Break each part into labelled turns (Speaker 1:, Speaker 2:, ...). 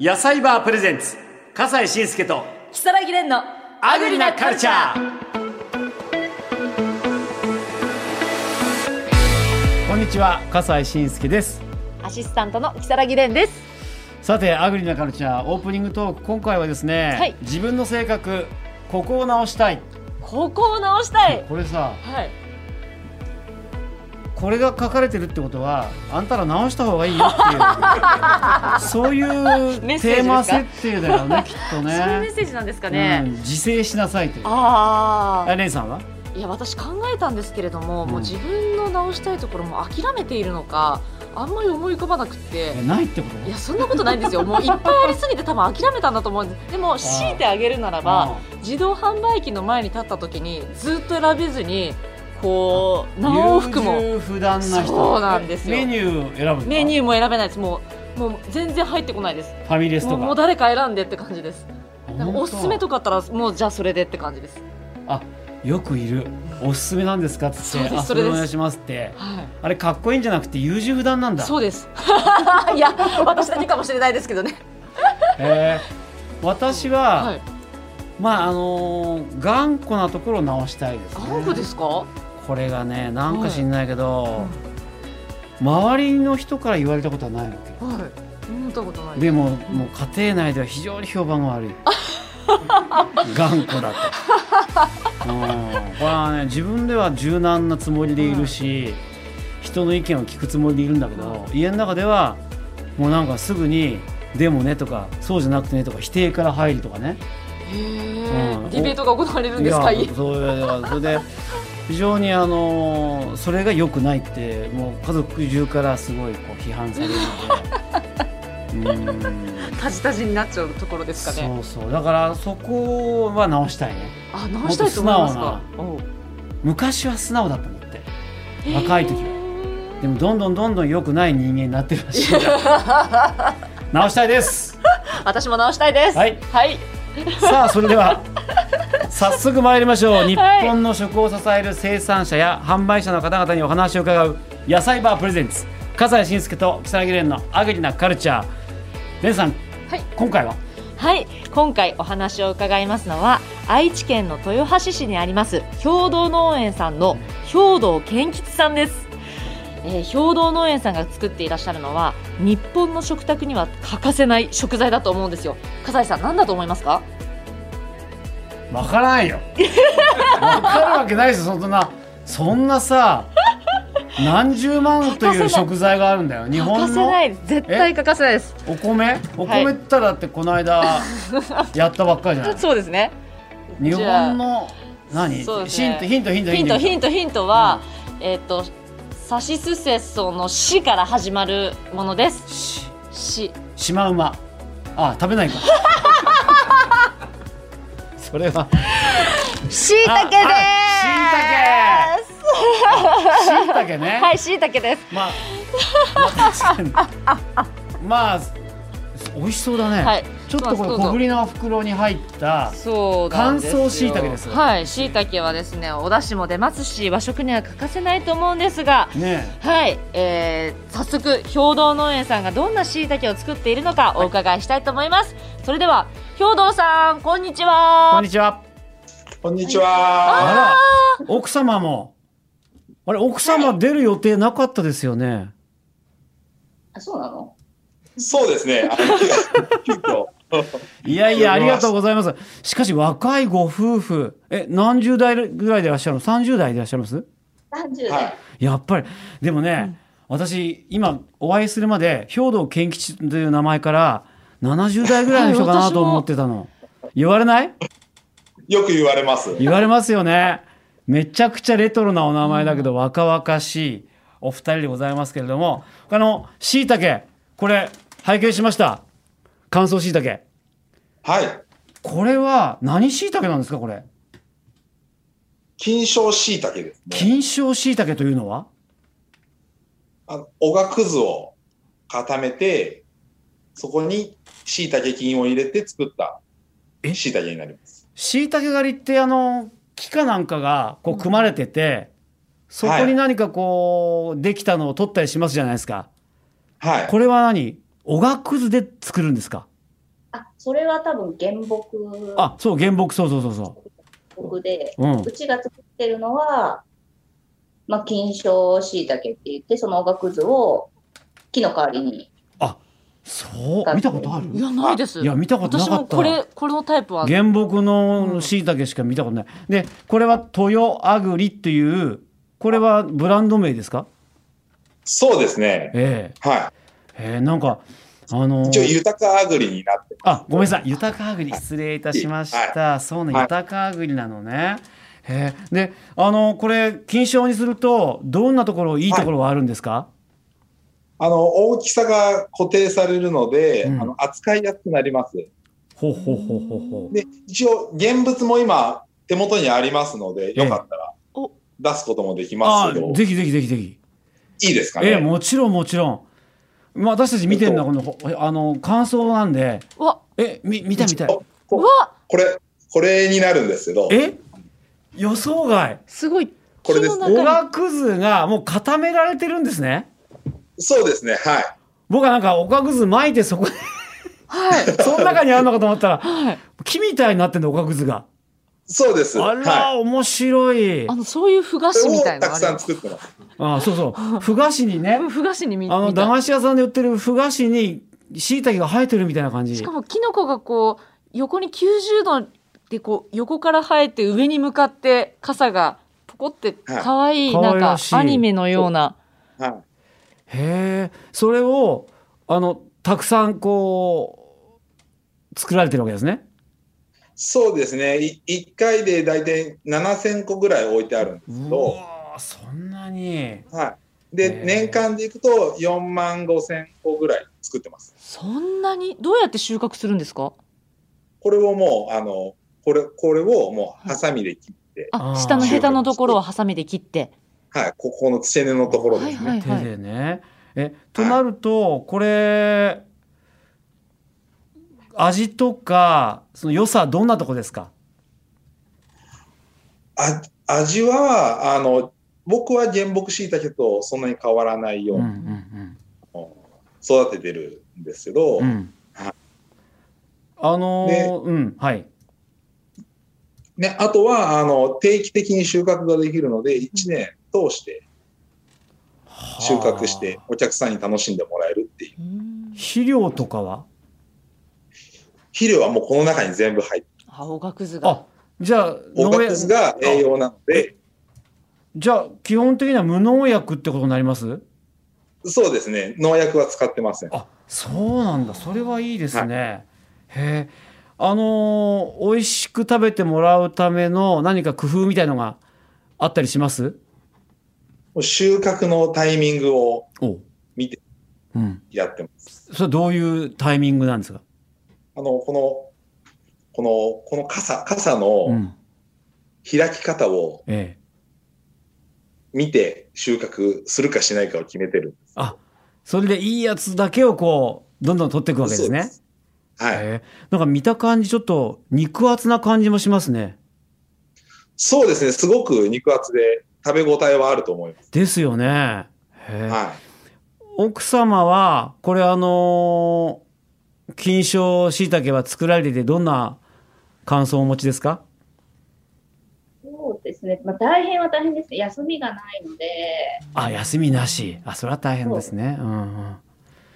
Speaker 1: 野菜バープレゼンツ笠西慎介と
Speaker 2: 木更木蓮の
Speaker 1: アグリなカルチャーこんにちは笠西慎介です
Speaker 2: アシスタントの木更木蓮です
Speaker 1: さてアグリなカルチャーオープニングトーク今回はですね、
Speaker 2: はい
Speaker 1: 自分の性格ここを直したい
Speaker 2: ここを直したい
Speaker 1: これさ
Speaker 2: はい
Speaker 1: これが書かれてるってことはあんたら直した方がいいよっていう そういう
Speaker 2: メッセ
Speaker 1: テ
Speaker 2: ージですか
Speaker 1: ーマ設定だよねきっとね
Speaker 2: そういうメッセージなんですか
Speaker 1: う
Speaker 2: ね、
Speaker 1: ん自制しなさいという
Speaker 2: あ
Speaker 1: あ
Speaker 2: あ
Speaker 1: レンさんはい
Speaker 2: や私考えたんですけれども、
Speaker 1: うん
Speaker 2: もう自分の直したいところも諦めているのかあんまり思い浮かばなくって
Speaker 1: えないってこと
Speaker 2: いやそんなことないんです よもういっぱいありすぎて多分諦めたんだと思うんですでも強いてあげるならば自動販売機の前に立った時にずっと選べずにこう何往復も
Speaker 1: 優柔不断な人
Speaker 2: そうなんですよ
Speaker 1: メニュー選ぶ
Speaker 2: メニ
Speaker 1: ュ
Speaker 2: ューも選べないですもうもう全然入ってこないです
Speaker 1: ーファミレス
Speaker 2: も
Speaker 1: と
Speaker 2: う
Speaker 1: か
Speaker 2: もう誰か選んでって感じですなん
Speaker 1: 本
Speaker 2: か
Speaker 1: 当
Speaker 2: おすすめとかあったらもうじゃあそれでって感じです
Speaker 1: あよくいるおすすめなんですかっつ
Speaker 2: そ
Speaker 1: っ
Speaker 2: う
Speaker 1: て
Speaker 2: です
Speaker 1: あ
Speaker 2: そ
Speaker 1: そ
Speaker 2: れ
Speaker 1: れ
Speaker 2: です
Speaker 1: お願いしますって
Speaker 2: は
Speaker 1: あれかっこいいんじゃなくて優柔不断なん
Speaker 2: い
Speaker 1: だ
Speaker 2: そうです いや私だけかもしれないですけどね
Speaker 1: へー私は、
Speaker 2: はい
Speaker 1: まああのー頑固なところを直したいです、ね、
Speaker 2: 頑固ですか
Speaker 1: これがねなんか知んないけど、周りの人から言われたことはないわけ
Speaker 2: はい思ったことない
Speaker 1: で
Speaker 2: も
Speaker 1: ももう家庭内では非常に評判が 悪い頑固だと、うん、これはね自分では柔軟なつもりでいるし、人の意見を聞くつもりでいるんだけど、家の中ではもうなんかすぐに「でもね」とか「そうじゃなくてね」とか否定から入るとかね
Speaker 2: へえ、
Speaker 1: うん
Speaker 2: ディベートが行われるんですか
Speaker 1: いやそういやそれで非常にあのそれが良くないってもう家族中からすごいこう批判されるのでう ーん
Speaker 2: タジタジになっちゃうところですかね
Speaker 1: そうそうだからそこは直したいね
Speaker 2: あ直したいと思いますか
Speaker 1: 昔は素直だったんだって若い時はでもどんどんどんどん良くない人間になってるらし いんだ直したいです
Speaker 2: 私も直したいです
Speaker 1: はい
Speaker 2: はい
Speaker 1: さあそれでは早速参りましょう日
Speaker 2: はい
Speaker 1: 本の食を支える生産者や販売者の方々にお話を伺う野菜バープレゼンツ笠西慎介と木更木蓮のアグリなカルチャー蓮さん、
Speaker 2: はい
Speaker 1: 今回は
Speaker 2: はい今回お話を伺いますのは愛知県の豊橋市にあります兵道農園さんの兵道健吉さんです、えー、兵道農園さんが作っていらっしゃるのは日本の食卓には欠かせない食材だと思うんですよ笠井さん何だと思いますか
Speaker 1: わからないよわかるわけないですよそんなそんなさ何十万と
Speaker 2: 欠かせ
Speaker 1: い
Speaker 2: な
Speaker 1: う
Speaker 2: い
Speaker 1: 食材があるんだよ日
Speaker 2: 欠か
Speaker 1: 本
Speaker 2: せ
Speaker 1: の
Speaker 2: ないです絶対欠かせないです
Speaker 1: お米お米って言ったらだってこの間やったばっかりじゃない
Speaker 2: そうですね
Speaker 1: 日本の何、
Speaker 2: そうです
Speaker 1: ヒン
Speaker 2: ね
Speaker 1: トヒントヒント
Speaker 2: ヒントヒントヒントは、えっ、とサシスセソの「し」から始まるものです
Speaker 1: し
Speaker 2: 「し」
Speaker 1: シマウマあ食べ ないかそれは
Speaker 2: しいたけ
Speaker 1: ああ
Speaker 2: です
Speaker 1: しいたけね、
Speaker 2: はい、しいたけです。
Speaker 1: まあ、まあ確かにまあ美味しそうだね、
Speaker 2: はい
Speaker 1: ちょっとこ
Speaker 2: そう
Speaker 1: の
Speaker 2: そう
Speaker 1: 小ぶりの袋に入った
Speaker 2: そうなんですよ
Speaker 1: 乾燥しいたけです
Speaker 2: はい、しいたけはですね、お出汁も出ますし、和食には欠かせないと思うんですが。
Speaker 1: ね
Speaker 2: はい、えー、早速兵道農園さんがどんなしいたけを作っているのかお伺いしたいと思います。それでは兵道さん、こんにち
Speaker 1: こ
Speaker 2: は
Speaker 1: んに。ちは
Speaker 3: こんにちは。
Speaker 1: あら奥様もあれ奥様出る予定なかったですよね、
Speaker 4: あ、そうなの
Speaker 3: そうですね。あの急遽
Speaker 1: い、やいやありがとうございますしかし若いご夫婦え何十代ぐらいでいらっしゃるの30代でいらっしゃいます
Speaker 4: 30代、
Speaker 3: はい。
Speaker 1: やっぱりでもね、私今お会いするまで兵道健吉という名前から70代ぐらいの人か
Speaker 2: は
Speaker 1: ないと思ってたの言われない
Speaker 3: よく言われます。
Speaker 1: 言われますよねめちゃくちゃレトロなお名前だけど若々しいお二人でございますけれどもあのしいたけこれ拝見しました乾燥しいたけ
Speaker 3: はい。
Speaker 1: これは何しいたけなんですかこれ
Speaker 3: 金賞椎茸ですね。
Speaker 1: 金賞しいたけというのは
Speaker 3: あの、おがくずを固めて、そこに椎茸菌を入れて作った
Speaker 1: え
Speaker 3: 椎茸になります。
Speaker 1: しいたけ狩りってあの木かなんかがこう組まれてて、そこに何かこうできたのを取ったりしますじゃないですか、
Speaker 3: はい。
Speaker 1: これは何おがくずで作るんですか
Speaker 4: あ、それは多分原木、
Speaker 1: あそう原木そうそうそうそ
Speaker 4: 木で、
Speaker 1: ううん
Speaker 4: うちが作ってるのは、まあ、金賞椎茸って言って、そのおがくずを木の代わりに。
Speaker 1: そう見たことある
Speaker 2: いやないです
Speaker 1: いや見たことな
Speaker 2: 私
Speaker 1: か
Speaker 2: も
Speaker 1: った
Speaker 2: これこのタイプは
Speaker 1: 原木
Speaker 2: う
Speaker 1: の
Speaker 2: ん
Speaker 1: 椎茸しか見たことない、でこれは豊アグリっていうこれはブランド名ですか
Speaker 3: そうですね。
Speaker 1: え
Speaker 3: は
Speaker 1: えええなんかあの
Speaker 3: い。一応、豊かアグリになって
Speaker 1: あごめんなさい豊かアグリ失礼いたしました、そうね
Speaker 3: はい
Speaker 1: 豊かアグリなのね、ええであのこれ金賞にするとどんなところいいところはあるんですか、
Speaker 3: あの、大きさが固定されるので、
Speaker 1: うん
Speaker 3: あの扱いやすくなります。
Speaker 1: ほうほうほうほうほう
Speaker 3: で、一応、現物も今、手元にありますので、よかったら
Speaker 2: お
Speaker 3: 出すこともできます
Speaker 1: あ
Speaker 3: けど、
Speaker 1: ぜひぜひぜひぜひ
Speaker 3: いいですかね。
Speaker 1: ええもちろんもちろん、まあ、私たち見てるのはこのほあの感想なんで
Speaker 2: わ
Speaker 1: えみ見た見たい
Speaker 3: 一応
Speaker 2: うわ
Speaker 3: これ、これになるんですけど、
Speaker 1: え予想外
Speaker 2: すごい
Speaker 3: これです
Speaker 2: 木の
Speaker 1: お
Speaker 2: 中に
Speaker 1: がくずがもう固められてるんですね
Speaker 3: そうですね、はい。
Speaker 1: 僕はなんかおがくず巻いてそこ
Speaker 2: はい
Speaker 1: で その中にあるのかと思ったら
Speaker 2: はい
Speaker 1: 木みたいになってんのおがくずが
Speaker 3: そうです。
Speaker 1: あら、
Speaker 3: はい。
Speaker 1: 面白い
Speaker 2: あのそういうふがし
Speaker 3: それ
Speaker 2: み
Speaker 3: を
Speaker 2: たい
Speaker 3: た
Speaker 2: な
Speaker 3: く
Speaker 2: のある
Speaker 3: さん作ってます。
Speaker 1: あそうそうふがしに ね
Speaker 2: うんふがしに見
Speaker 1: あの
Speaker 2: 見た
Speaker 1: 駄菓子屋さんで売ってるふがしに椎茸が生えてるみたいな感じ
Speaker 2: しかもキノコがこう横に90度でこう横から生えて上に向かって傘がポコって
Speaker 3: はい
Speaker 2: 可愛い
Speaker 1: 可
Speaker 2: な
Speaker 1: 愛
Speaker 2: ん
Speaker 1: ら
Speaker 2: か
Speaker 1: しい
Speaker 2: アニメのような
Speaker 3: はい。
Speaker 1: へえそれをあのたくさんこう作られてるわけですね
Speaker 3: そうですね。い一回で大体7000個ぐらい置いてあるんですけ
Speaker 1: う
Speaker 3: ど、
Speaker 1: わーそんなに
Speaker 3: はい。
Speaker 1: へ
Speaker 3: で、
Speaker 1: ー
Speaker 3: 年間でいくと4万5000個ぐらい作ってます。
Speaker 2: そんなにどうやって収穫するんですか
Speaker 3: これをもう、あの、これ、これをもう、ハサミで切って、
Speaker 1: あ
Speaker 2: あ
Speaker 1: ー
Speaker 2: 下のヘタのところをハサミで切って
Speaker 3: はい、ここの付け根のところですね。
Speaker 2: はい
Speaker 1: 手でね。えとなると、これ味とかその良さどんなとこですか。
Speaker 3: あ味は、あの、僕は原木椎茸とそんなに変わらないよ
Speaker 1: う
Speaker 3: うん
Speaker 1: う
Speaker 3: に
Speaker 1: ん
Speaker 3: 育ててるんですけど、
Speaker 1: うん。うん
Speaker 3: はい。
Speaker 1: あのーうんはい。
Speaker 3: ね、あとは、あの、定期的に収穫ができるので、1年通して収穫して
Speaker 1: はあ。
Speaker 3: お客さんに楽しんでもらえるっていう。
Speaker 2: うん
Speaker 1: 肥料とかは。
Speaker 3: 肥料はもうこの中に全部入って
Speaker 2: 青がくずが
Speaker 1: あじゃあ
Speaker 3: る。
Speaker 1: 農
Speaker 3: 農
Speaker 1: 園
Speaker 3: 薬が栄養なので、
Speaker 1: じゃあ基本的には無農薬ってことになります。
Speaker 3: そうですね、農薬は使ってません。
Speaker 1: あそうなんだそれはいいですね、へえあのー美味しく食べてもらうための何か工夫みたいのがあったりします
Speaker 3: 収穫のタイミングを
Speaker 1: お
Speaker 3: 見て
Speaker 1: うん
Speaker 3: やってます。
Speaker 1: それはどういうタイミングなんですか
Speaker 3: あの、この、この、この傘、傘
Speaker 1: う
Speaker 3: の
Speaker 1: ん
Speaker 3: 開き方を
Speaker 1: ええ
Speaker 3: 見て収穫するかしないかを決めてる。
Speaker 1: あそれでいいやつだけをこうどんどん取っていくわけですね
Speaker 3: そうですはい。
Speaker 1: へえなんか見た感じちょっと肉厚な感じもしますね
Speaker 3: そうですね、すごく肉厚で食べ応えはあると思います。
Speaker 1: ですよねへえ
Speaker 3: は
Speaker 1: 奥様はこれあのー金賞しいたけは作られててどんな感想をお持ちですか
Speaker 4: そうですね。まあ、大変は大変ですね。休みがないので、
Speaker 1: あ休みなしあそれは大変ですねうん
Speaker 3: い。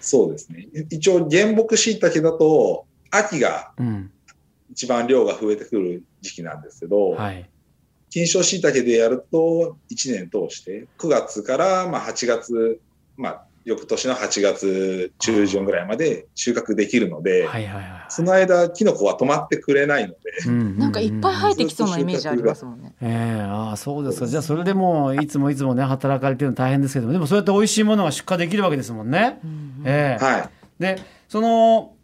Speaker 3: そうですね。一応、原木椎茸だと、秋が
Speaker 1: うん、
Speaker 3: 一番量が増えてくる時期なんですけど、
Speaker 1: うん、はい
Speaker 3: 金賞椎茸でやると1年通して9月からまあ8月、まあ、翌年の8月中旬ぐらいまで収穫できるので、
Speaker 1: はいはいは
Speaker 3: その間キノコは止まってくれないので
Speaker 1: いうん
Speaker 2: なんかいっぱい生え
Speaker 1: て
Speaker 2: てきそうなイメージありますもんね
Speaker 1: ええああそうです
Speaker 3: そ
Speaker 1: か
Speaker 3: うです
Speaker 1: じゃあそれでもいつもいつもね働かれてるの大変ですけどもでもそうやって美味しいものが出荷できるわけですもんね、
Speaker 2: うんうん
Speaker 1: ええ
Speaker 3: はい
Speaker 1: でその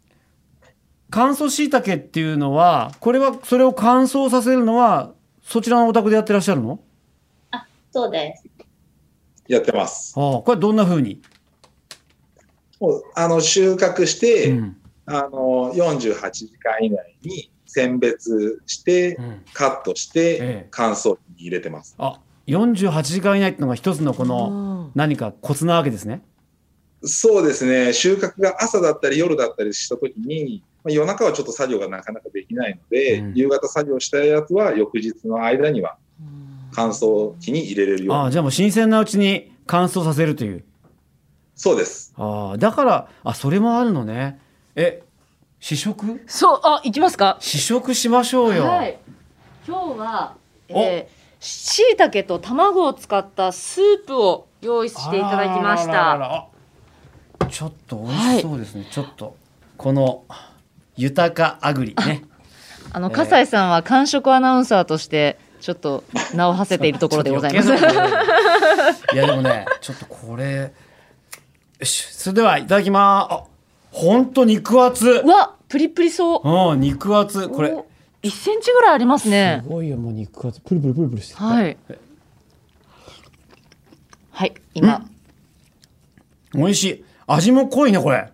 Speaker 1: 乾燥しいたけっていうのはこれはそれを乾燥させるのはそちらのお宅でやってらっしゃるの
Speaker 4: そうです。
Speaker 3: やってます
Speaker 1: ああこれどんな風に、
Speaker 3: もうあの収穫して、
Speaker 1: うん
Speaker 3: あの48時間以内に選別して
Speaker 1: うん、
Speaker 3: カットし
Speaker 1: え
Speaker 3: て
Speaker 1: え
Speaker 3: 乾燥機に入れてます
Speaker 1: あ48時間以内っていうのが一つのこの
Speaker 2: うん
Speaker 1: 何かコツなわけですね。
Speaker 3: そうですね収穫が朝だったり夜だったりした時にまあ、夜中はちょっと作業がなかなかできないので、
Speaker 1: うん
Speaker 3: 夕方作業したいやつは翌日の間には乾燥機に入れれるよう
Speaker 1: あ
Speaker 3: に
Speaker 1: あ、じゃあもう新鮮なうちに乾燥させるという。
Speaker 3: そうです
Speaker 1: ああ、だから、あ、それもあるのね。え、試食
Speaker 2: そう、あ、行きますか。
Speaker 1: 試食しましょうよ。
Speaker 2: はい。今日は、
Speaker 1: お
Speaker 2: えー、しいたけと卵を使ったスープを用意していただきまし
Speaker 1: あららら
Speaker 2: た。
Speaker 1: らあちょっと美味しそうですね。ちょっと、この、豊かあぐりね。
Speaker 2: あの、笠井さんは完食アナウンサーとして、ちょっと名を馳せているところでございます。
Speaker 1: ちょ
Speaker 2: は
Speaker 1: っと余計な こと言ういや、でもね、ちょっとこれ、よし、それでは、いただきまーす。あ、ほんと肉厚。
Speaker 2: プリプリそう。
Speaker 1: うん、肉厚。これ
Speaker 2: お。。1センチぐらいありますね
Speaker 1: す。ごいよ、もう肉厚。プルプルプルプルしてる
Speaker 2: はい。はい、今。
Speaker 1: 美味しい。味も濃いね、これ。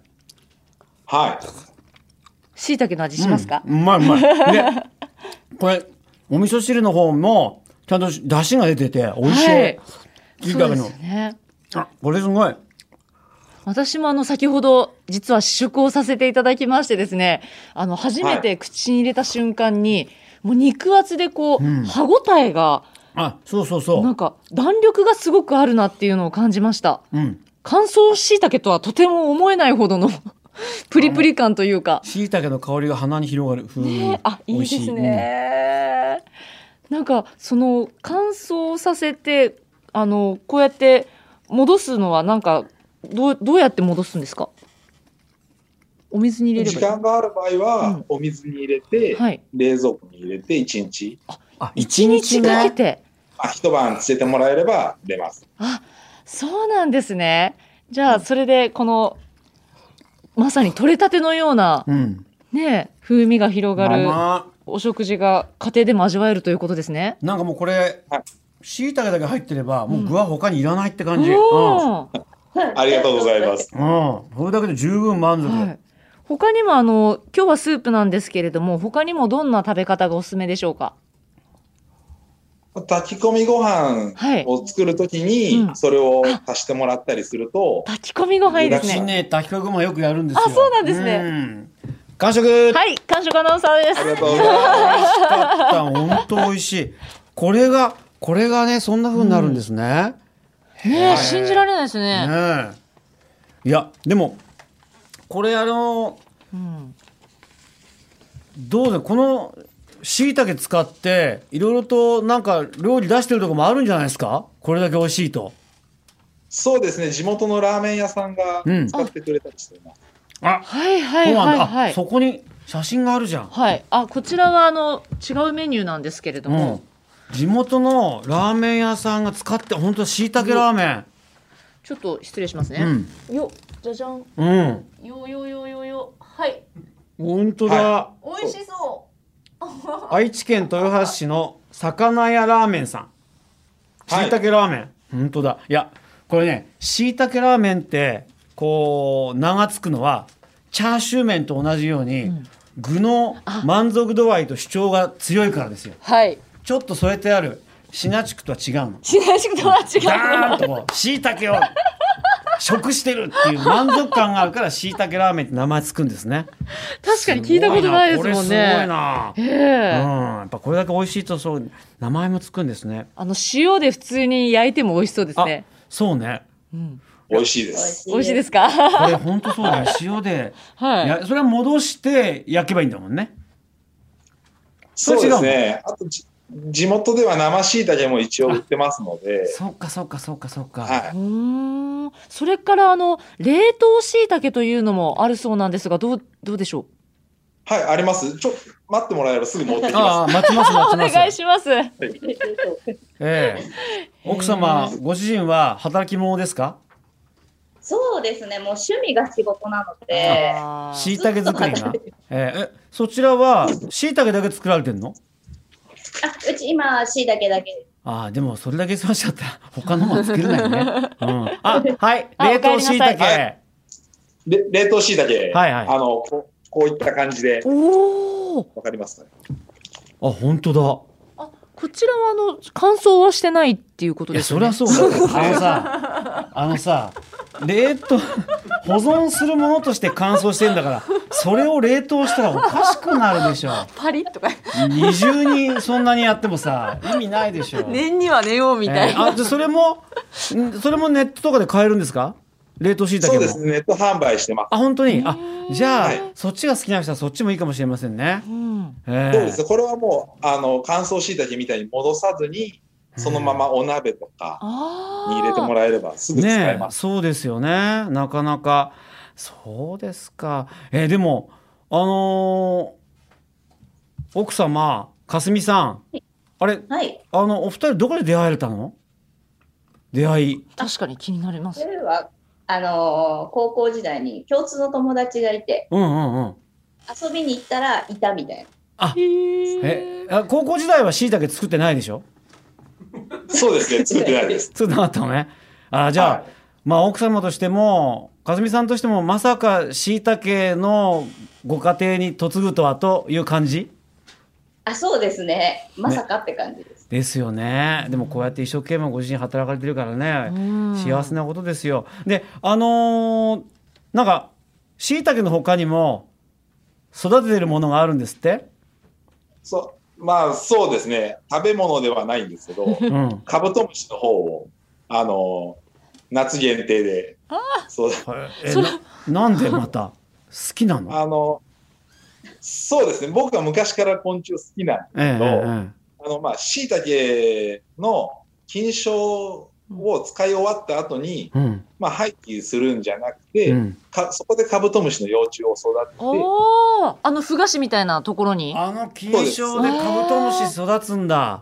Speaker 3: はい
Speaker 2: しいたけの味しますか、
Speaker 1: うんうまいうまい。で、これ、お味噌汁の方も、ちゃんと出汁が出てて、美味しい。
Speaker 2: はい
Speaker 1: い、い
Speaker 2: そう
Speaker 1: だ
Speaker 2: で
Speaker 1: けの
Speaker 2: すよ。ね。
Speaker 1: あ、これすごい。
Speaker 2: 私もあの先ほど実は試食をさせていただきましてですねあの初めて口に入れた瞬間に、もう肉厚でこう、
Speaker 1: うん
Speaker 2: 歯ごたえが
Speaker 1: あ、そうそうそ
Speaker 2: なん
Speaker 1: う。
Speaker 2: か弾力がすごくあるなっていうのを感じました
Speaker 1: うん。
Speaker 2: 乾燥しいたけとはとても思えないほ どのプリプリ感というか、
Speaker 1: 椎茸の香りが鼻に広がる。風味
Speaker 2: ね、あいいです。ね、なんかその乾燥させてあのこうやって戻すのはなんかどうどうやって戻すんですかお水に入れれば
Speaker 3: 時
Speaker 2: いい
Speaker 3: 間がある場合
Speaker 2: う
Speaker 3: は
Speaker 2: ん
Speaker 3: お水に入れて、
Speaker 2: はい。
Speaker 3: 冷蔵庫に入れて1日、
Speaker 1: あ、一
Speaker 2: 一
Speaker 1: 日
Speaker 2: 日かけ
Speaker 1: ね。
Speaker 2: て。
Speaker 3: まあ、一晩つけてもらえれば出ます
Speaker 2: あ、そうなんですね。じゃあ、それで、この、まさに取れたてのような、
Speaker 1: うん。
Speaker 2: ね、風味が広がる
Speaker 1: ま
Speaker 2: お食事が家庭でも味わえるということですね。
Speaker 1: あなんかもうこれ
Speaker 3: はい、
Speaker 1: 椎茸だけ入ってれば、もう具は他にいらないって感じ。うん。うん。
Speaker 2: おー
Speaker 3: ありがとうございま。す
Speaker 1: それだけで十分満
Speaker 2: は
Speaker 1: 足。
Speaker 2: い。他にもあの、今日はスープなんですけれども、他にもどんな食べ方がおすすめでしょうか
Speaker 3: 炊き込みご飯
Speaker 2: はい
Speaker 3: を作るとき
Speaker 2: う
Speaker 3: に
Speaker 2: ん
Speaker 3: それを足してもらったりすると、
Speaker 2: 炊き込みご飯いいです
Speaker 1: 私
Speaker 2: ね。
Speaker 1: ね、炊き込みご飯よくやるんですよ。
Speaker 2: あそうなんですね
Speaker 1: うん。完食
Speaker 2: はい、完食アナウンサーで
Speaker 3: あり
Speaker 2: す。
Speaker 3: がとうございます
Speaker 1: 美味しかった。本当美味しい。これが、これがね、そんな風になるんですね。
Speaker 2: ね
Speaker 1: はい
Speaker 2: え信じられないですね。
Speaker 1: ねえ。いや、でも、これあの、
Speaker 2: うん。
Speaker 1: どうだ、この、椎茸使って、いろいろとなんか料理出してるとこもあるんじゃないですかこれだけ美味しいと。
Speaker 3: そうですね地元のラーメン屋さんが
Speaker 1: うん
Speaker 3: 使ってくれたりしています、
Speaker 1: あ、
Speaker 2: はいはい
Speaker 1: そう
Speaker 2: はい
Speaker 1: なんだ。
Speaker 2: は
Speaker 1: あ
Speaker 2: い。
Speaker 1: そこに写真があるじゃん。
Speaker 2: はい、あこちらはあの違うメニューなんですけれど
Speaker 1: う
Speaker 2: も、
Speaker 1: ん。地元のラーメン屋さんが使って、本当だ椎茸ラーメ
Speaker 2: ちょっと失礼しますね。
Speaker 1: ン。
Speaker 2: よじゃじゃん
Speaker 1: うん。うん。
Speaker 2: よよよよよはい
Speaker 1: 本当だ。
Speaker 3: は
Speaker 2: 美味しそ
Speaker 1: 愛知県豊橋市の魚屋ラーメンさん
Speaker 3: はい
Speaker 1: 椎茸ラーメン、本当だいやこれね椎茸ラーメンってこう名が付くのはチャーシュー麺と同じように、具の満足度合いと主張が強いからですよ
Speaker 2: うはい
Speaker 1: ちょっと添えてあるシナチクとは違うの
Speaker 2: しないしとは違
Speaker 1: ダーン
Speaker 2: う
Speaker 1: とこう椎茸を食してるっていう満足感があるから椎茸ラーメンって名前付くんですね
Speaker 2: 確かに聞いたことないですもん
Speaker 1: すごいなこれすごい
Speaker 2: ね。
Speaker 1: な
Speaker 2: え
Speaker 1: うん、
Speaker 2: え
Speaker 1: やっぱこれだけ美味しいとそう名前もつくんですね。
Speaker 2: あの塩で普通に焼いても美味しそうです
Speaker 1: あ、
Speaker 2: ね。
Speaker 1: そうね。
Speaker 2: うん、
Speaker 3: 美味しいです
Speaker 2: 美味しいですか。
Speaker 1: これ本当そうだよ。塩で、
Speaker 2: はいい。
Speaker 1: やそれは戻して焼けばいいんだもんね。それ
Speaker 3: そう
Speaker 1: 違う
Speaker 3: で
Speaker 1: の
Speaker 3: すねあとじ地元では生しいたけも一応売ってますので
Speaker 1: そうかそうかそうかそうか。
Speaker 3: は
Speaker 2: う
Speaker 3: い
Speaker 2: ーん。それからあの冷凍椎茸というのもあるそうなんですが、どうどうでしょう。
Speaker 3: はいありますちょ待ってもらえればすぐ持ってきます
Speaker 1: ああ待ちます待
Speaker 2: お
Speaker 1: ちます。
Speaker 2: 願いします。
Speaker 1: ええ奥様
Speaker 2: へ
Speaker 1: ご主人は働き者ですか？
Speaker 4: そうですね、もう趣味が仕事なので、
Speaker 2: あー
Speaker 1: 椎茸作りが。えええそちらは椎茸だけ作られてんの？
Speaker 4: あうち今、しいだけだけ、
Speaker 1: ああでもそれだけ忙しかったら他のも作れないよね。うん。あはい
Speaker 2: あ
Speaker 1: 冷凍椎
Speaker 2: おかえ
Speaker 1: 茸。
Speaker 2: りな
Speaker 3: さいで冷凍しいたけ、
Speaker 1: はいはい
Speaker 3: あのここういった感じで
Speaker 2: おお。
Speaker 3: わかりますかね
Speaker 1: あ本当だ。
Speaker 2: あ、こちらはあの乾燥はしてないっていうこと
Speaker 1: いや
Speaker 2: です
Speaker 1: そ
Speaker 2: よ
Speaker 1: り
Speaker 2: ね。
Speaker 1: ゃそうだよ あのさあのさ冷凍保存するものとして乾燥してんだからそれを冷凍したらおかしくなるでしょ
Speaker 2: パリッとか
Speaker 1: 二重にそんなにやってもさ意味ないでしょ
Speaker 2: 念には寝ようみたい
Speaker 1: え
Speaker 2: な、
Speaker 1: ーあじゃあそれもんそれもネットとかで買えるんですか冷凍しいた
Speaker 3: そ
Speaker 1: け
Speaker 3: う
Speaker 1: も
Speaker 3: ですね、ネット販売してます。
Speaker 1: あ本当にあ
Speaker 2: へー
Speaker 1: じゃあ、
Speaker 3: はい
Speaker 1: そっちが好きな人はそっちもいいかもしれませんね、
Speaker 2: うん
Speaker 1: えー
Speaker 3: そうです。これはもう、あの、乾燥椎茸みたいに戻さずに、そのままお鍋とか
Speaker 2: あー
Speaker 3: に入れてもらえればすぐ使え
Speaker 1: ね
Speaker 3: ま
Speaker 1: え
Speaker 3: す。
Speaker 1: そうですよねなかなかそうですかえーでもあのー奥様かすみさんあれ
Speaker 4: はい。
Speaker 1: あのお二人どこで出会えたの出会い
Speaker 2: 確かに気になりま
Speaker 4: そ
Speaker 2: す
Speaker 4: れは、あのー高校時代に共通の友達がいて、
Speaker 1: うんうんうん
Speaker 4: 遊びに行ったらいたみたいな。
Speaker 2: へ
Speaker 1: え
Speaker 2: ー
Speaker 1: あ高校時代はしいたけ作ってないでしょ
Speaker 3: そうですね、作ってないです。
Speaker 1: 作ってなかったのねあ じゃあ、
Speaker 3: はい
Speaker 1: まあ奥様としてもかすみさんとしてもまさかしいたけのご家庭に嫁ぐとはという感じ
Speaker 4: あ、そうですね。まさかって感じです。
Speaker 1: ですよねでもこうやって一生懸命ご自身働かれてるからね、
Speaker 2: うん
Speaker 1: 幸せなことですよであのーなんかしいたけの他にも育ててるものがあるんですって
Speaker 3: そう、まあそうですね、食べ物ではないんですけど、
Speaker 1: うん
Speaker 3: カブトムシの方を、あの、夏限定で、そう
Speaker 1: え
Speaker 2: それ
Speaker 1: ななんでまた好きなの
Speaker 3: あの、そうですね、僕は昔から昆虫好きなんで
Speaker 1: えええ
Speaker 3: あの、まあ、椎茸の菌床を使い終わった後に、
Speaker 1: えええうん
Speaker 3: まあ、廃棄するんじゃなくて、
Speaker 1: うん
Speaker 3: かそこでカブトムシの幼虫を育てて、
Speaker 2: おーあのふ菓子みたいなところに
Speaker 1: あの菌床でカブトムシ育つんだ。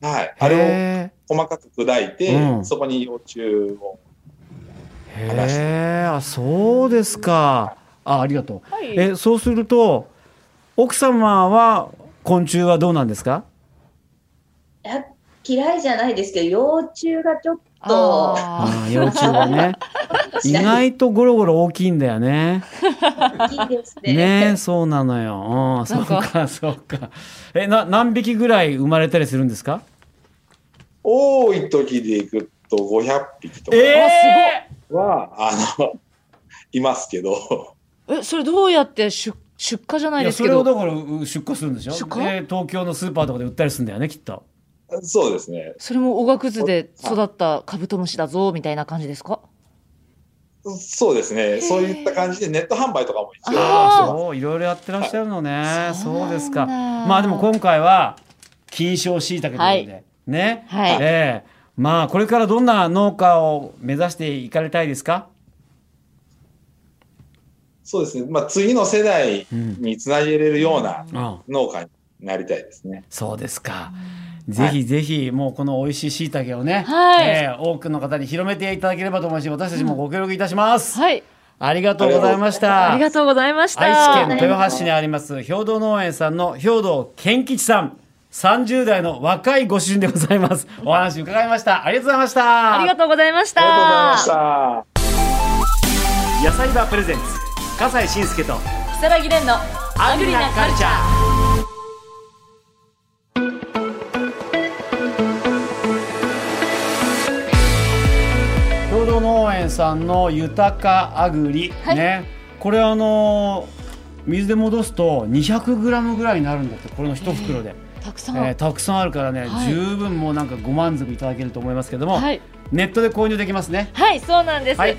Speaker 3: はい、あれを
Speaker 1: へ
Speaker 3: 細かく砕いて、
Speaker 1: うん
Speaker 3: そこに幼虫を、
Speaker 1: えへえ、あ、そうですか。あ、ありがとう。
Speaker 2: はい
Speaker 1: え、そうすると奥様は昆虫はどうなんですか？
Speaker 4: いや嫌いじゃないですけど、幼虫がちょっと、
Speaker 2: あ
Speaker 1: あー、幼虫は ね、意外とゴロゴロ大きいんだよね。
Speaker 4: 大きいですね。
Speaker 1: ねえ、そうなのよ。うん、
Speaker 2: な
Speaker 1: そ
Speaker 2: ん
Speaker 1: う
Speaker 2: か
Speaker 1: か、そうか。え、な何匹ぐらい生まれたりするんですか？
Speaker 3: 多い時でいくと500匹とか
Speaker 1: え
Speaker 3: は、あの、 いますけど、
Speaker 2: ーえそれどうやって出出荷じゃないいで
Speaker 1: や
Speaker 2: す
Speaker 1: そ
Speaker 2: け
Speaker 1: れを
Speaker 2: ど
Speaker 1: だからう出荷するんでしょ
Speaker 2: 出荷
Speaker 1: で東京のスーパーとかで売ったりするんだよねきっと
Speaker 3: そうですね、
Speaker 2: それもおがくずで育ったカブトムシだぞみたいな感じですか
Speaker 3: そうですね、そういった感じでネット販売とかも
Speaker 2: あー
Speaker 3: 一応してま
Speaker 1: そういろいろやってらっしゃるのね。そうです
Speaker 2: そう
Speaker 1: か。
Speaker 2: なんだ
Speaker 1: まあでも今回は金賞しいたけということで、ね。
Speaker 2: はい
Speaker 1: ええまあこれからどんな農家を目指していかれたいですか。
Speaker 3: す。そうですね、まあ、次の世代
Speaker 1: うん。
Speaker 3: につなげれるような
Speaker 1: うん、
Speaker 3: 農家になりたいですね。
Speaker 1: そうですか。ぜひぜひもうこの美味しいしいたけをね、
Speaker 2: はい
Speaker 1: ええ多くの方に広めていただければと思いますし、私たちもご協力いたします。
Speaker 2: はい
Speaker 1: ありがとうございました。
Speaker 2: ありがとうございました
Speaker 1: 愛知県
Speaker 4: と
Speaker 1: 豊橋市にあります兵道農園さんの兵道健吉さん30代の若いご主人でございますお話伺いましたありがとうございました
Speaker 2: ありがとうございまし
Speaker 3: あ
Speaker 2: た
Speaker 3: りがとうございました。
Speaker 1: 野菜バープレゼンツ笠西慎介と
Speaker 2: さらぎれんのアグリなカルチャー
Speaker 1: 兵道農園さんの豊かあぐり、
Speaker 2: はい
Speaker 1: ねこれあの水で戻すと 200g ぐらいになるんだってこれの一袋で、
Speaker 2: たく
Speaker 1: え
Speaker 2: さん、
Speaker 1: ーたくさんあるからね、
Speaker 2: はい
Speaker 1: 十分もうなんかご満足いただけると思いますけども、
Speaker 2: はい
Speaker 1: ネットで購入できますね
Speaker 2: はいそうなんです
Speaker 1: は
Speaker 2: は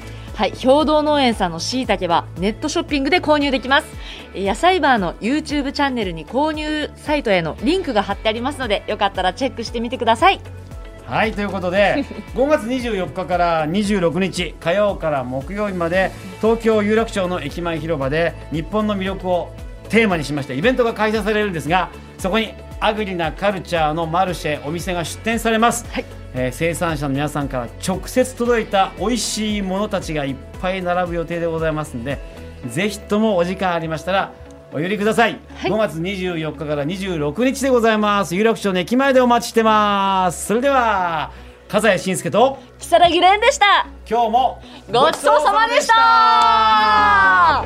Speaker 2: いい、兵道農園さんのしいたけはネットショッピングで購入できますえー野菜バーの YouTube チャンネルに購入サイトへのリンクが貼ってありますのでよかったらチェックしてみてください
Speaker 1: はいということ で5月24日から26日火曜から木曜日まで東京有楽町の駅前広場で日本の魅力をテーマにしましたイベントが開催されるんですがそこにアグリなカルチャーのマルシェお店が出店されます、
Speaker 2: はい
Speaker 1: えー生産者の皆さんから直接届いた美味しいものたちがいっぱい並ぶ予定でございますのでぜひともお時間ありましたらお寄りください、
Speaker 2: はい
Speaker 1: 5月24日から26日でございます有楽町の駅前でお待ちしてますそれでは笠谷慎介と
Speaker 2: 如月蓮でした
Speaker 1: 今日も
Speaker 2: ごちそうさまでした